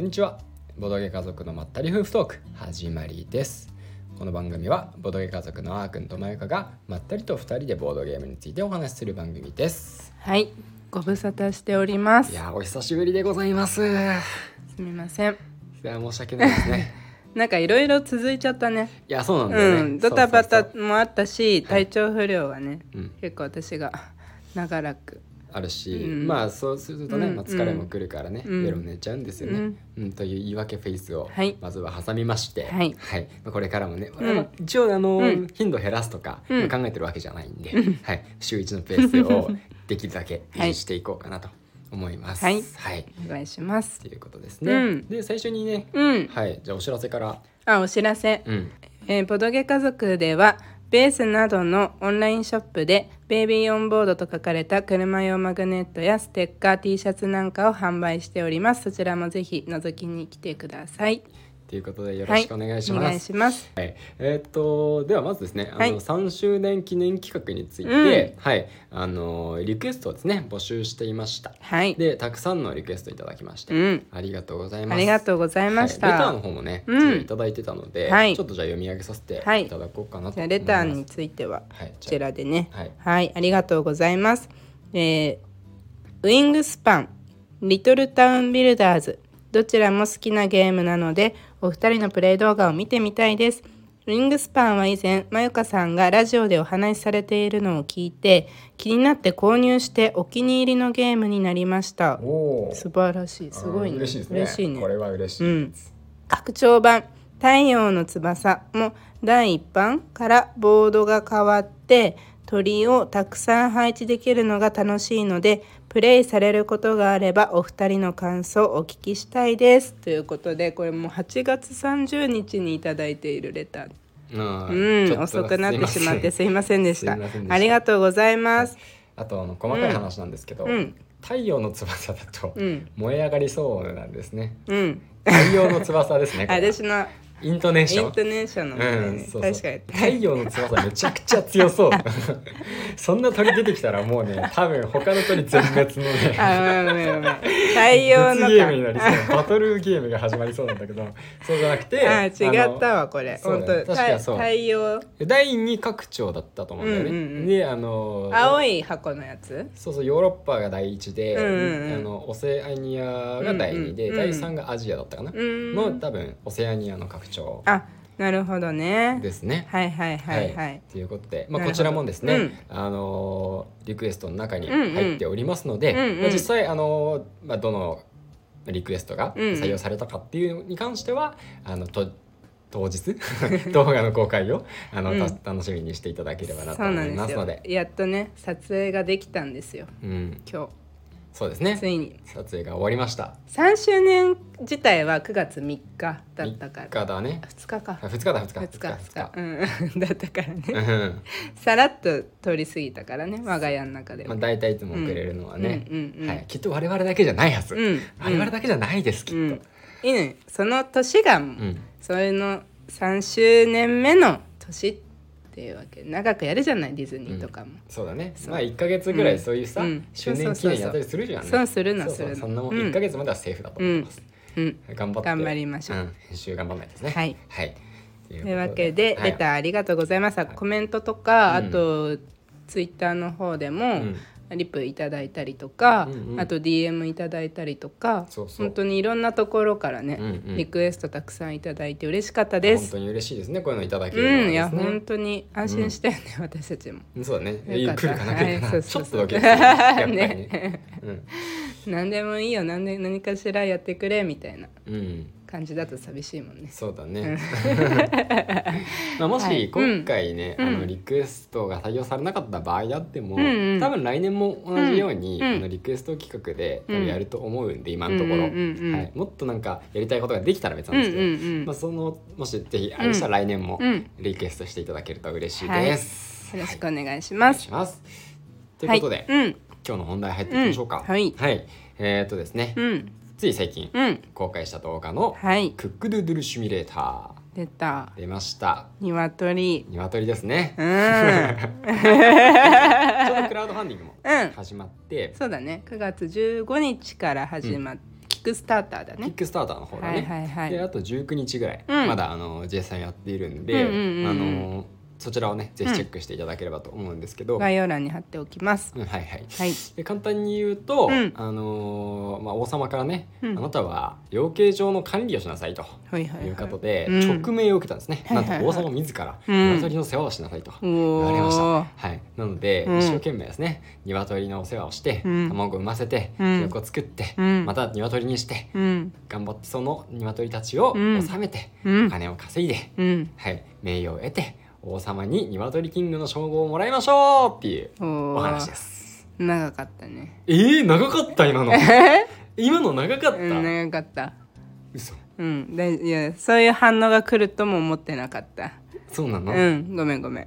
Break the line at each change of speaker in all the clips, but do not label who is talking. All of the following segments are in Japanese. にちはボドゲ家族のまったり夫婦トーク始まりですこの番組はボドゲ家族のあーくんとまゆかがまったりと2人でボードゲームについてお話しする番組です
はい、ご無沙汰しておりま
い
す。
やーお久しぶりでございますいや
すみません。
申し訳ないですね
なんかいろいろ続いちゃったね。
いやそうなんだよね、
うん、ドタバ
そう
タ
そう
もあったし、
はい
体調不良はね、
そううん
結構私が長らく。
あるし、
うん
まあそうするとね、
うん
まあ、疲れもくるからね、
うん
夜も寝ちゃうんですよね、うんという言い訳フェイスを
はい
まずは挟みまして、
はい
まあこれからもね、
ん
まあ一応あの、
うん
頻度減らすとか、
うん
まあ考えてるわけじゃないんで、はい、週一のペース をできるだけ維持していこうかなと思います。
はい
はい、
お願いします。
ということですね。
うん
で最初にね、
うん、
はいじゃあお知らせから、
あ、お知らせ。
うん、
えーボドゲ家族ではベースなどのオンラインショップでベイビーオンボードと書かれた車用マグネットやステッカー T シャツなんかを販売しておりますそちらもぜひ覗きに来てください
ということでよろしくお願いし
はお
ます。
願いします
はい、えーっとではまずですね、
は
あの
い
3周年記念企画について、はいあのリクエストをですね募集していました。
はい
でたくさんのリクエストいただきまして、
うん
ありがとうございます。
ありが
う
とうございました、
はい、レターの方もね、
うん
ちょっといただいてたので、
はい
ちょっとじゃあ読み上げさせて
はい
いただこうかなと
じゃ
思
あ
います。
レターについては
はい
こちらでね
はい
ありがとうございます、えーウイングスパンリトルタウンビルダーズどちらも好きなゲームなのでお二人のプレイ動画を見てみたいですウイングスパンは以前まゆかさんがラジオでお話しされているのを聞いて気になって購入してお気に入りのゲームになりました
おー
素晴らしいすご
あー
いね
嬉しいですね。
嬉しいね
これは嬉しい。
うん、拡張版「太陽の翼」も第1版からボードが変わって鳥をたくさん配置できるのが楽しいのでプレイされることがあればお二人の感想をお聞きしたいですということでこれもう8月30日にいただいているレター
あーちょ
う
と
ん遅くなってしまって
すい
すいませんでした
すいませんでした
ありがとうござい
ま
ま
せ
す
ん、 あとあの細かい話なんですけど、
うん
太陽の翼だと
うん
燃え上がりそうなんですね。
うん
太陽の翼ですね。こ
あ
れは
私の
イントネーシ
イ
ョン
ン。トネーションの問題
うん、
ね
そうそう
確かに
太陽の翼めちゃくちゃ強そう そんな鳥出てきたらもうね多分他の鳥全滅のね
あ、ごめんごめんごめん。太陽
物
の
ゲームになりそうバトルゲームが始まりそうなんだけどそうじゃなくて
あ、違った
あ
わこれ。
そう
本
だね
当太
確かにそう
太陽
の第二拡張だったと思うんだよね、
うんうんうん
であの
青い箱のやつ。
そうそうヨーロッパが第一で、
うんうんうん
あのオセアニアが第二で、
うんうんうん
第三がアジアだったかな、
うん
の多分オセアニアの拡張
あ、なるほどね。
ですね
はいはいはいはい。
ということで、まあ、こ
なるほど
ちらもですね、あのーリクエストの中に入っておりますので、
うんうん
まあ実際あのー、まあ、どのリクエストが
うんうん
採用されたかっていうのに関しては、あのと当日 動画の公開をあの、た
うん
楽しみにしていただければなと
そう
思
なん
いま
ですす
の
よ
で。
やっとね撮影ができたんですよ
うん、
今
そうです
日つ
ね
いに
撮影が終わりました
3周年自体は9月3日だったか
3
ら
日だね
2日か
あ2日だ2日
2日
2日
2日、うん、だ ったからね
うん
さらっと通り過ぎたからね我が家の中で
ま
は
あ、大体いつもくれるのはね、
うんうんうんうん
はい、きっと我々だけじゃないはず、
うん
我々だけじゃないですきっ
う
と、
ん、いいねその年がもう、
うん
それの3周年目の年っていうわけ長くやるじゃないディズニーとかも、
そうだね
そう
まあ1か月ぐらいそういうさ、
うん
周年記念やったりするじゃんね
そうするの
そうそう
するの
そんなもん
うん
1か月まではセーフだと思います、
うん
頑張って
頑張りましょうん
編集頑張らないとですね
はい、
はい、とい
というわけで、
はい
レターありがとうございました、コメントとか
うん
あと、ツイッターの方で
う
も、
ん
リプいただいたりとか、
うんうん
あと DM いただいたりとか
そうそう
本当にいろんなところからね、
うんうん
リクエストたくさんいただいて嬉しかったで
本
す。
当に嬉しいですねこういうのいただけるのは
うん、い
で
や
すね、
本当に安心したよね、私たちも。
そうだね
よか
来
っ
るか
た
な来るか
は
ないち
そ
ょっと
うそうそ
だ
う
けですねやっぱり ね
何でもいいよ何で何かしらやってくれみたいな
うん、うん、
感じだと寂しいもんね。
そうだ ねまあも
は
し
い
今回ね、
うん
あ
う
の
ん
リクエストが採用されなかった場合であっても、
うんうん
多分来年も同じように、
うんうん
あのリクエスト企画で多
う
分
ん
やると思うんで、今のところ、
うんうんうんうん
はい、もっとなんかやりたいことができたら別
う
なん
ん
で
う
すけど、
ん
まあ、
よ
そのもしぜひあれしたら来年も
うん
リクエストしていただけると嬉しいです。
ろ
は
し
い
くお願いし
お願
ま
い
す。
しますということで、
はい、うん
今日の本題入っていきましょうか。
うんはい
えーっとですね、
うん
つい最近
うん
公開した動画の
はい
クックドゥドゥルシミュレータ
出た
ー出ました。
鶏。
鶏ですね。
う ん
ちょうどクラウドファンディングも
うん
始まって、
そうだね9月15日から始まっ、ックスターターだ
キ
ね
ックスターターの方だ
はい
ね。
はいはい
であと19日ぐらい、
うん
まだあの J さんやっているんで、
うんうんうんうん
あのそちらをねぜひチェックしていただければと思うんですけど、うんはい
概要欄に貼っておきます
はい、
はい
で簡単に言うと、
うん
あのーまあ、王様からね、
うん
あなたは養鶏場の管理をしなさいと
はいはい
いう
は
こと
い
で、
うん
直命を受けたんですね、
はいはいはい
なんと王様自ら
うん
鶏の世話をしなさいと。
お
言われました
お
はい、なので、
うん
一生懸命ですね鶏のお世話をして、
うん
卵を産ませて、
う
うんん、を作って、
うん
また鶏にして、
うん
頑張ってその鶏たちを
うん
収めて、
うん
お金を稼いで、
うん
はい、名誉を得て王様に鶏キングの称号をもらいましょうっていう
お
お
ー
話です。
長かっ たね
えー、長かった今の今の長かった、
うん長かった
嘘
うんだいやそういう反応が来るとも思ってなかった
そうなの、
うんごめんごめん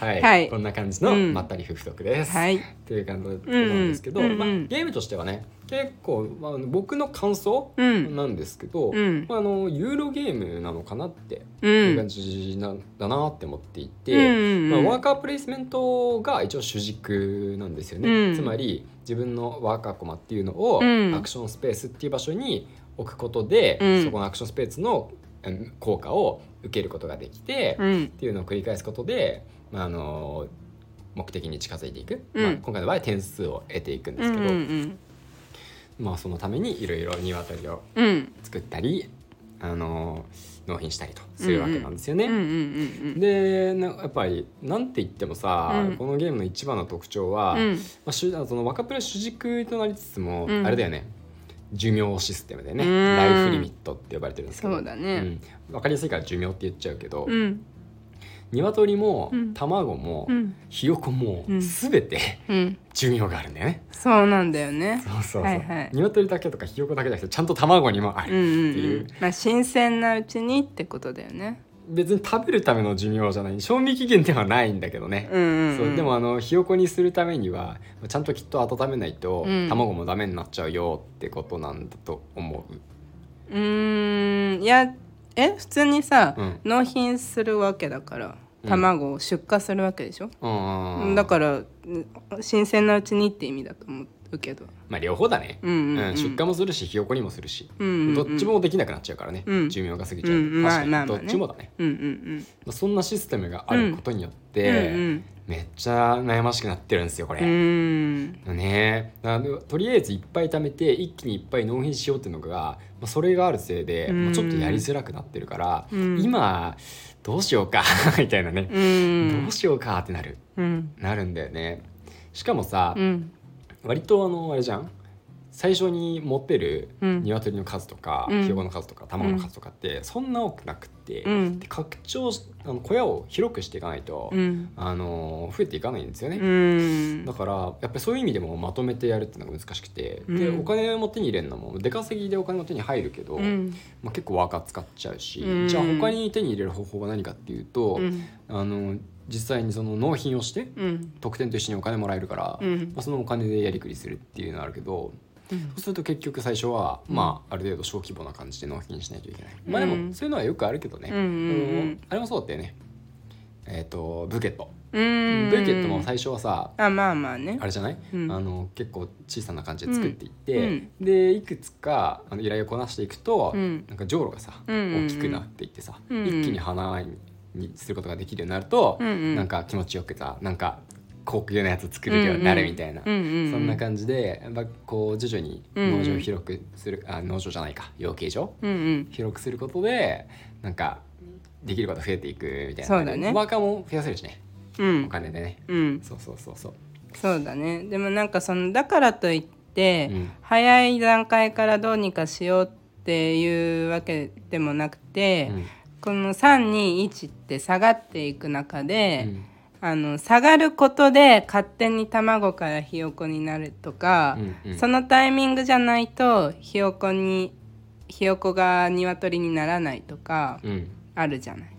はい、
はい
こんな感じの
うん
まったり不足です。
はい
という感じなんですけど、
うんうん
まあ、
うんうん
ゲームとしてはね結構、まあ、僕の感想
うん
なんですけど、
うん
まあ、あのユーロゲームなのかなって
う
いうん感じな、ん、だなって思っていて、
うんうんうん
まあ、ワーカープレイスメントが一応主軸なんですよね、
うん
つまり自分のワーカーコマっていうのを
うん
アクションスペースっていう場所に置くことで、
うん
そこのアクションスペースのうん効果を受けることができて、
う
っ
ん
ていうのを繰り返すことで、まあ、あの目的に近づいていく、
うん
まあ、今回の場合点数を得ていくんで
う
す
ん
け
う
ど、
ん
まあ、そのためにいろいろ鶏を
うんうん
作ったり、あの納品したりとするわけなんですよね。
うんうんうん
でなやっぱりなんて言ってもさ、
うん
このゲームの一番の特徴は、
うん
まあ、主その若プレ主軸となりつつも、
うん
あれだよね寿命システムでね、
うん
ライフリミットって呼ばれてるんですけど
そうだね
うん、分かりやすいから寿命って言っちゃうけど、
うん
鶏も、
うん
卵も、
うん
ひよこも、
うん
すべて
うん
寿命があるんだよね。
そうなんだよね
そうそうそう、
はいはい
鶏だけとかひよこだけじゃなくてちゃんと卵にもあ
うん
る、
うん
って
う
い
ん
う
まあ新鮮なうちにってことだよね
別に食べるための寿命じゃない賞味期限ではないんだけどね、
うんうん
そううんでもあのひよこにするためにはちゃんときっと温めないと、
うん
卵もダメになっちゃうよってことなんだと思う
うーんいやえ普通にさ、
うん
納品するわけだから
うん
卵を出荷するわけでしょ、
うん
だからうん新鮮なうちにって意味だと思うけど
まあ両方だね、
うんうんうん
うん出荷もするしひよこにもするし、
うんうんうん
どっちもできなくなっちゃうからね、
うん
寿命が過ぎちゃう、
うん
確かに、
まあまあまあね
どっちもだね、
うんうん
まあ、そんなシステムがあることによっ
うん、
て、
うんうん
めっちゃ悩ましくなってるんですよこ
う
れ、
ーん
ねえあのとりあえずいっぱい貯めて一気にいっぱい納品しようっていうのが、まあ、それがあるせいで、
うん
まあちょっとやりづらくなってるから、
うん
今どうしようか みたいなね、
うん
どうしようかってなる
うん
なるんだよねしかもさ、
うん
割とあのあれじゃん最初に持ってる
うん
鶏の数とか、
うん
ひよこの数とか卵の数とかってそんな多くなくって、
うん
で拡張しあの小屋を広くしていかないと、
うん
あの増えていかないんですよね、
うん
だからやっぱりそういう意味でもまとめてやるっていうのが難しくて、で
うん
お金も手に入れるのも出稼ぎでお金も手に入るけど、
うん
まあ、結構ワーカー使っちゃうし、
うん
じゃあ他に手に入れる方法は何かっていうと、
うん
あの実際にその納品をして
うん
特典と一緒にお金もらえるから、
うん
まあ、そのお金でやりくりするっていうのはあるけど
うん
そうすると結局最初は、
うん
まあ、ある程度小規模な感じで納品しないといけない、
うん
まあでもそういうのはよくあるけどね、
うんうんうん
あのあれもそうだったよねえっ、とブーケット、
うん
ブーケットも最初はさ
あまあまあね
あれじゃない、
うん
あの結構小さな感じで作っていって、
うん
でいくつかあの依頼をこなしていくと、
うん
なんかじょうろがさ、
うんうんうん
大きくなっていってさ、
うんうん
一気に花ににすることができるようになると、
うんうん
なんか気持ちよくさなんか高級なやつ作れるようになるみたいな、
うんうん
そんな感じでやっぱこう徐々に農場を広くする、あ農場じゃないか養鶏場
うんうん
広くすることでなんかできることが増えていくみたいな
そうだね
ワーカーも増やせるしね
う
お
ん
金でね、
うん
そうそうそうそう
そうだねでもなんかそのだからといって、
うん
早い段階からどうにかしようっていうわけでもなくて、
うん
この321って下がっていく中で、
うん
あの下がることで勝手に卵からひよこになるとか、
うんうん
そのタイミングじゃないとひよこにひよこが鶏にならないとか
うん、
あるじゃない。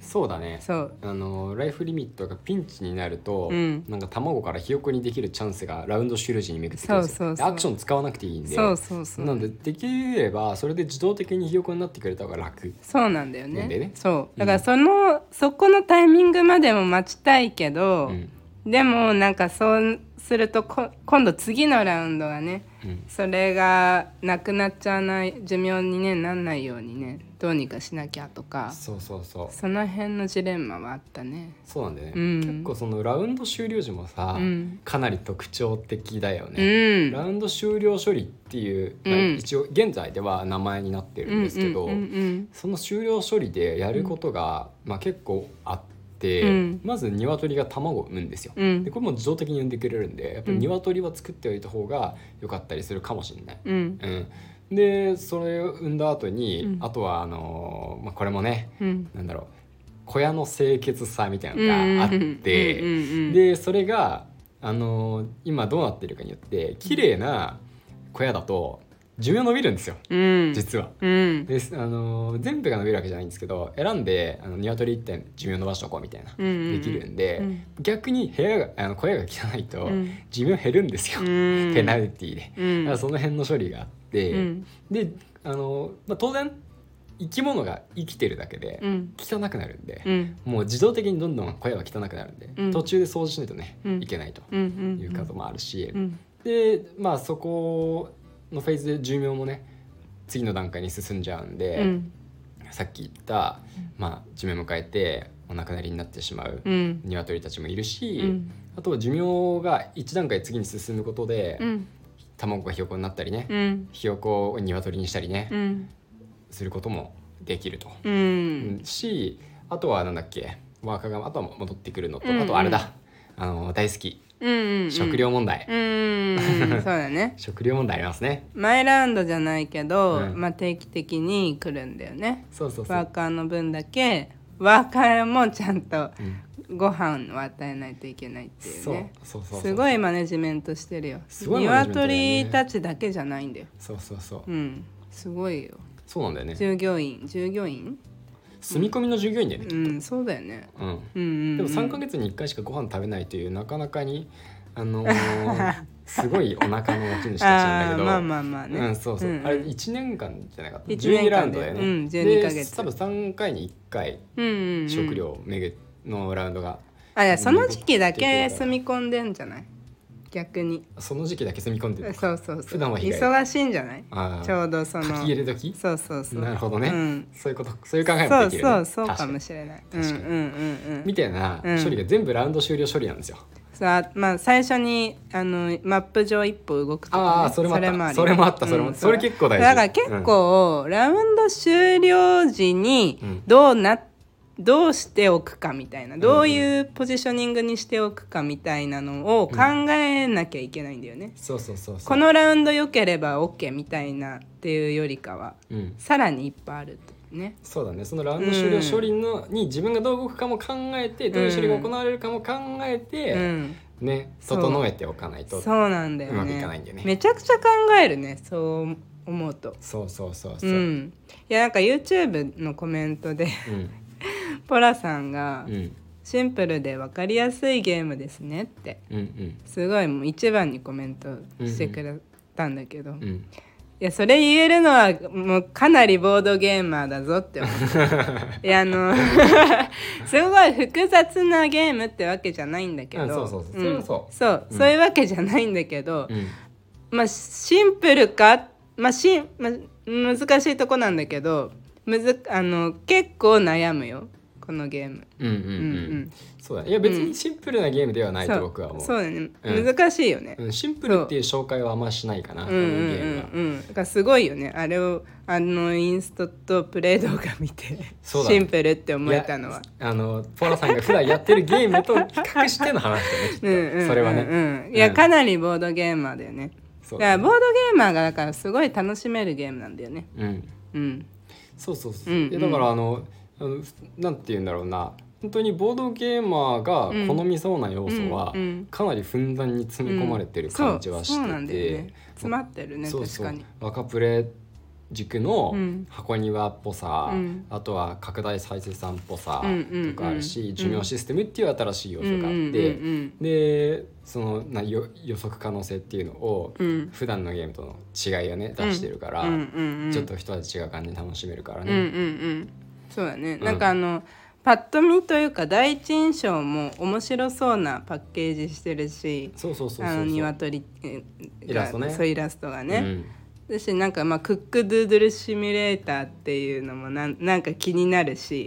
そうだね
そう
あのライフリミットがピンチになると、
うん
なんか卵からひよこにできるチャンスがラウンド終了時に巡ってくるんですよ
そうそうそう
アクション使わなくていいんで
そうそうそう
なんでできればそれで自動的にひよこになってくれた方が楽
そうなんだよね
なんだよね
そう
うん
だからその、そこのタイミングまでも待ちたいけど、
うん
でもなんかそうするとこ今度次のラウンドがね
うん
それがなくなっちゃわない寿命に、ね、なんないようにねどうにかしなきゃとか
そうそうそう
その辺のジレンマはあったね。
そうなんだよね、
うん
結構そのラウンド終了時もさ、
うん
かなり特徴的だよ
う
ね、
ん、
ラウンド終了処理っていう、まあ
うん
一応現在では名前になってるんですけど、
うんうん
その終了処理でやることが、まあ、結構あって、
うん
まず鶏が卵を産むんですよ。
うんうん
でこれも自動的に産んでくれるんでやっぱり
うん
鶏は作っておいた方が良かったりするかもしれない。
うん
うん、でそれを産んだ後に、
うん
あとはあのーまあ、これもね
うん
なんだろう小屋の清潔さみたい
うんう
なの
ん
があっ
うん
て
うんうん
でそれが、あのー今どうなってるかによって綺麗な小屋だと寿命伸びるんですよ
うん
実は。
うん
ですあのー全部が伸びるわけじゃないんですけど選んであの鶏1点寿命伸ばしとこうみたいな、
うんうんうん
できるんで、
うん
逆に部屋があの小屋が汚いと
うん
寿命減るんですよ、
うん
ペナルティで、
う
だ
ん
からその辺の処理があって、
うん
であのー、まあ、当然生き物が生きてるだけで
うん
汚くなるんで、
うん
もう自動的にどんどん小屋は汚くなるんで、
うん
途中で掃除しないとね、
うん
いけないと
うんうん
いうこともあるし、
うん
でまあそこのフェーズで寿命もね次の段階に進んじゃうんで、
うん
さっき言った、まあ、寿命を迎えてお亡くなりになってしまう
うん
鶏たちもいるし、
うん
あとは寿命が一段階次に進むことで、
うん
卵がひよこになったりね、
うん
ひよこを鶏にしたりね、
うん
することもできると。
う
うん
ん
しあとはなんだっけワーカーがあとは戻ってくるのと、
うん
あとあれだあの大好き
うん
食料問題、
うんうんそうだね
食料問題ありますね。
前ラウンドじゃないけど、
うん
まあ定期的に来るんだよね
そうそうそ
ワ
う
ーカーの分だけワーカーもちゃんと
うん
ご飯を与えないといけないっていう
そう
ね
そうそうそう
すごいマネジメントしてるよ
すごいマネジメントだよね
鶏たちだけじゃないんだよ
そうそうそう
うんすごいよ
そうなんだよね
従業員従業員
住み込みの従業員だよね、
うんそうだよね
うん、
うんうんうん
でも3ヶ月に1回しかご飯食べないというなかなかにあの ーすごいお腹の持ち主たちなんだけ
あー
ど
まあまあまあね、
うん、そうそう、
うんうん
あれ1年間じゃなかった
一年間で
12ラウンドだよね、
うん12ヶ月
で多分3回に1回
うんうんうん
食料巡るのラウンドが、
あいやその時期だけ住み込んでんじゃない逆に
その時期だけ住み込んでる
そうそうそ
普
う
段は日帰り
忙しいんじゃない
あー
ちょうどその
書き入れ時
そうそうそう
なるほどね、
うん、
そういうことそういう考えも
そ
で
う
きる、ね、
そうそう
確
か
に
もしれないうんうん
確かに
うんうん
みたいな
うん
処理が全部ラウンド終了処理なんですよ、
さあまあ最初にあのマップ上一歩動くとか、ね、
あーそれもあった
り
それもあったそれも
うん
それ結構大事
だから結構、ラウンド終了時に
うん
どうなどうしておくかみたいなどういうポジショニングにしておくかみたいなのを考えなきゃいけないんだよね、
そうそうそうそう
こ、のラウンド良ければ OK みたいなっていうよりかは
うん、
さらにいっぱいあるとね
そうだねそのラウンド終了処理の、に自分がどう動くかも考えてどういう処理が行われるかも考え
う
て、
ん
ね
そう
整えておかないと
そう
そう
なんだよね
うまくいかないんだよね
めちゃくちゃ考えるねそう思うと
そうそうそう
う
そう、うん
んいやなんか YouTube のコメントで ポラさんが
うんうん
「シンプルで分かりやすいゲームですね」って
うん
すごいもう一番にコメントしてくれたんだけど、
う
い
ん
やそれ言えるのはもうかなりボードゲーマーだ ぞって思ったいやあの すごい複雑なゲームってわけじゃないんだけど、
うんそうそうそうそれはそうん
そう、
うん
そういうわけじゃないんだけど、
うん
まあシンプルか、まあしんまあ、難しいとこなんだけどむずあの結構悩むよこのゲーム。
うんうんうん
うんうん、
そうだねいや別にシンプルなゲームではないと僕は思う
そうそうだね、
うん
難しいよね。
うんシンプルっていう紹介はあんましないかな
う
こ
ん
の
う
ゲ
ん
ームは
うんうん、だからすごいよねあれをあのインストとプレイ動画見て、
そうだね。
シンプルって思えたのはい
やあのポラさんが普段やってるゲームと比較しての話だよねきっと
うんうん
それは
う
ね
んうん、いやかなりボードゲーマーだよね
そ
だ
う
からボードゲーマーがだからすごい楽しめるゲームなんだよね
うん
うん
そうそうそう
うん
いやだからあのあのなんて言うんだろうな本当にボードゲーマーが好みそうな要素は
うんうん
かなりふんだんに詰め込まれてる感じはし
そうそうなん
て
だよ
て
ね詰まってるね
そう
確
そう
かに
若プレ塾の
うん
箱庭っぽさ、
うん
あとは拡大再生産っぽさ
うんうんうん
とかあるし、寿命システムっていう新しい要素があって、
うん
でそのなよ予測可能性っていうのを
うんうん
普段のゲームとの違いをね出してるから、
うんうんうん
ちょっと一味違う感じに楽しめるから
うんうんう
ね。
んそうだね
ん
なんかあのパッと見というか第一印象も面白そうなパッケージしてるし
そうそうそうそう
あ
そう
の鶏が
イラストね
そうイラストが
う
ね、
ん
だしなんかまあクックドゥードゥルシミュレーターっていうのもなんなんか気にな るし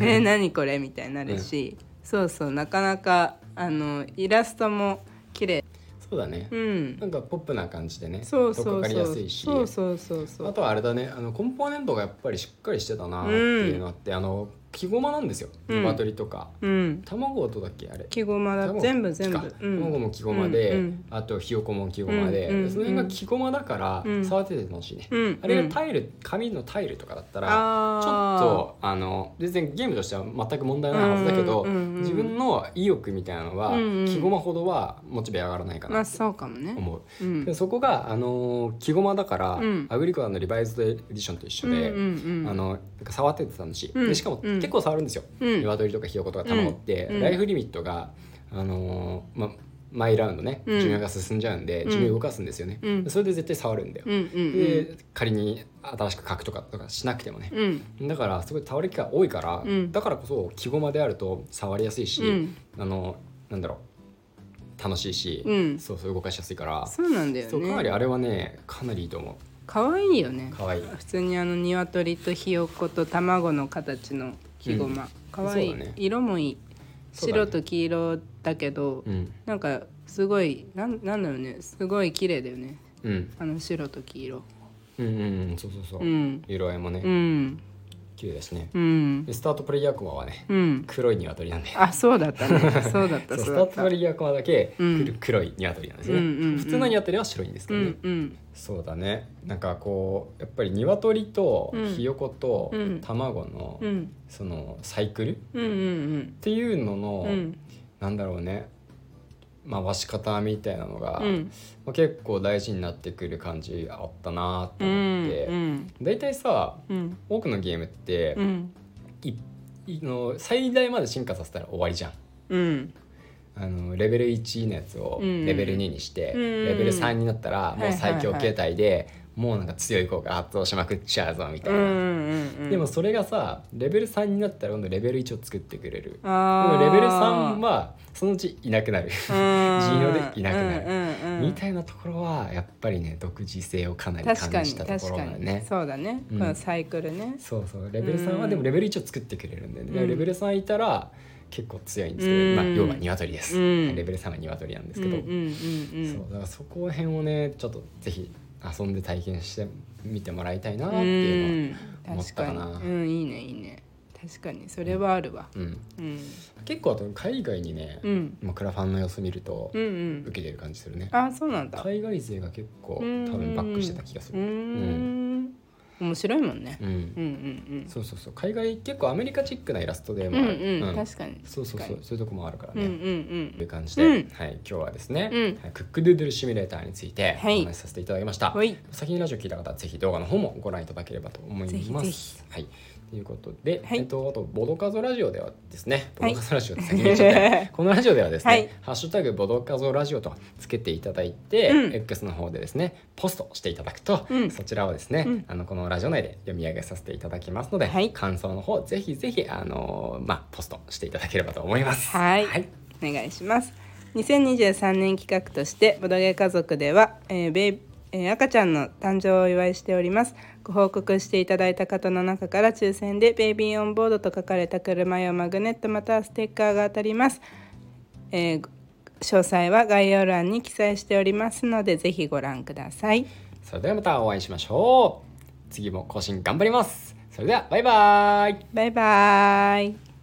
え何これみたいになるし、そうそうなかなかあのイラストも綺麗
そうだね
う、ん
なんかポップな感じでね
そうそ
取っ
う
かかり
そ
や
う
すいし
そうそうそうそう
あとはあれだねあのコンポーネントがやっぱりしっかりしてたなっていうのあって、あの木ごまなんですよ
うん
鶏とか、
うん
卵とだっけあれ
木ごまだ
卵
全部全部
木か
うん
卵も木ごまで、
うんうん
あとひよこも木ごまで、
うんうん
その辺が木ごまだから
うん
触ってて楽しいね、
うん
あれがタイル、紙のタイルとかだったらちょっ
あー
とあの全然ゲームとしては全く問題ないはずだけど、
うんうんうんうん
自分の意欲みたいなのは、
うんうん
木ごまほどはモチベ上がらないか
ま
な
あ
と
そうかもね
思う、
うん
でそこが、あのー、木駒だから、
うん
アグリコラのリバイズドエディションと一緒で、
うんうんうん
あのなんか触ってて楽しい、
うん
でしかも、
うん
結構触るんですよ、
うん
鶏とかひよことか卵って、
うん
ライフリミットが、あのーま、毎ラウンドね
うん
寿命が進んじゃうんで、
うん
寿命動かすんですよね、
うん
でそれで絶対触るんだよ、
うんうんうん
で仮に新しく書くとかとかしなくてもね、
うん
だからすごい倒れ機が多いから、
うん
だからこそ木駒であると触りやすいし、
うん
あのなんだろう楽しいし、
うん
そうそう動かしやすいから
そうなんだよ
そうかなり
ね
あれはねかなりいいと思
可愛いよね
う可愛い
普通にあの鶏とひよこと卵の形の木ごま可愛い
そうだね
色もいい
そうだね
白と黄色だけど
うん
なんかすごいなんなんだろうねすごい綺麗だよね
うん
あの白と黄色
うんうんうんそうそうそう、
うん
色合いもね、
うん
綺麗だしね
う、ん
でスタートプレイヤーコマはね
うん
黒い鶏なんで
あそうだったねそうだっ
そ
た
うスタ
そうだ
ー
っ
ト
た
プレイヤーコマだけ
う
黒
ん
い黒い鶏なんですね、
うんうんうん
普通の鶏は白いんですけ
う
どね、
んうん
そうだねなんかこうやっぱり鶏と
うん
ひよこと
うん
卵の、
うん
そのサイクルっ
うんうん
ていうのの、
うんうん
なんだろうね回し方みたいなのが、
うん
まあ、結構大事になってくる感じあったなと
う
思って、
ん
大体さ
うん
多くのゲームって、
うん
いいの最大まで進化させたら終わりじゃん。
うん
あのレベル1のやつを
うん
レベル2にして、
うん
レベル3になったら
いはい
もう
はい
最強形態で、もうなんか強い効果発動しまくっちゃうぞみたい
うんう
な、
んうん
でもそれがさレベル3になったら今度レベル1を作ってくれる
あ
で
ー
もレベル3はそのうちいなくなる
うん
陣容でいなくなる
うんうんうん
みたいなところはやっぱりね独自性をかなり
確か
感
に
じたとこ
確
ろ
か
だよ
に
ね。
そうだね、
うん
このサイクルね
そうそうレベル3
う
は
ん
でもレベル1を作ってくれるんで、ね
うん
レベル3いたら結構強いんですけど、
うん
まあ、要は鶏です、
うん
レベル3は鶏なんです
うん
け
うん
ど、
うん
そうだからそこら辺をねちょっとぜひ遊んで体験してみてもらいたいなっていうのは、
うん
思っ
確
たか
かに
な
うんいいねいいね確かにそれはあるわ
うん
うん
結構あと海外にね、
うん
まあクラファンの様子見ると
うんうん
受けてる感じするね、
あそうなんだう
海外勢が結構多分バックしてた気がす
ー
る
ん面白いもんね
うん、
うんうん
そうそうそう海外結構アメリカチックなイラストで
うんう
もある、
ん
う
うんん確かに
そうそうそ
確
う
か
そういうとこもあるから
に
ね、
うんうん
と
う
いうん感じで、
うん
はい、今日はですね、
うん
はいクックドゥードゥルシミュレーターについてお
はい
話しさせていただきました、
はい
先にラジオ聞いた方はぜひ動画の方もご覧いただければと思います
ぜひぜひ
はい、ということで、
はい
えっと、あとボドカゾラジオではですねボ
は
ド
い
カゾラジオって先に言っちゃったよ、 このラジオではですね、
はい
ハッシュタグボドカゾラジオとつけていただいて、
うん
X の方でですねポストしていただくと、
うん
そちらをですね、
うん
あのこのラジオ内で読み上げさせていただきますので、
はい
感想の方ぜひぜひあのーまあポストしていただければと思います
はい
はい
お願いします2023年企画としてボドゲ家族では、えーベイえー赤ちゃんの誕生をお祝いしておりますご報告していただいた方の中から抽選でベイビーオンボードと書かれた車用マグネットまたはステッカーが当たります、えー詳細は概要欄に記載しておりますのでぜひご覧ください
それではまたお会いしましょう次も更新頑張りますそれではバイバイ
バイバーイ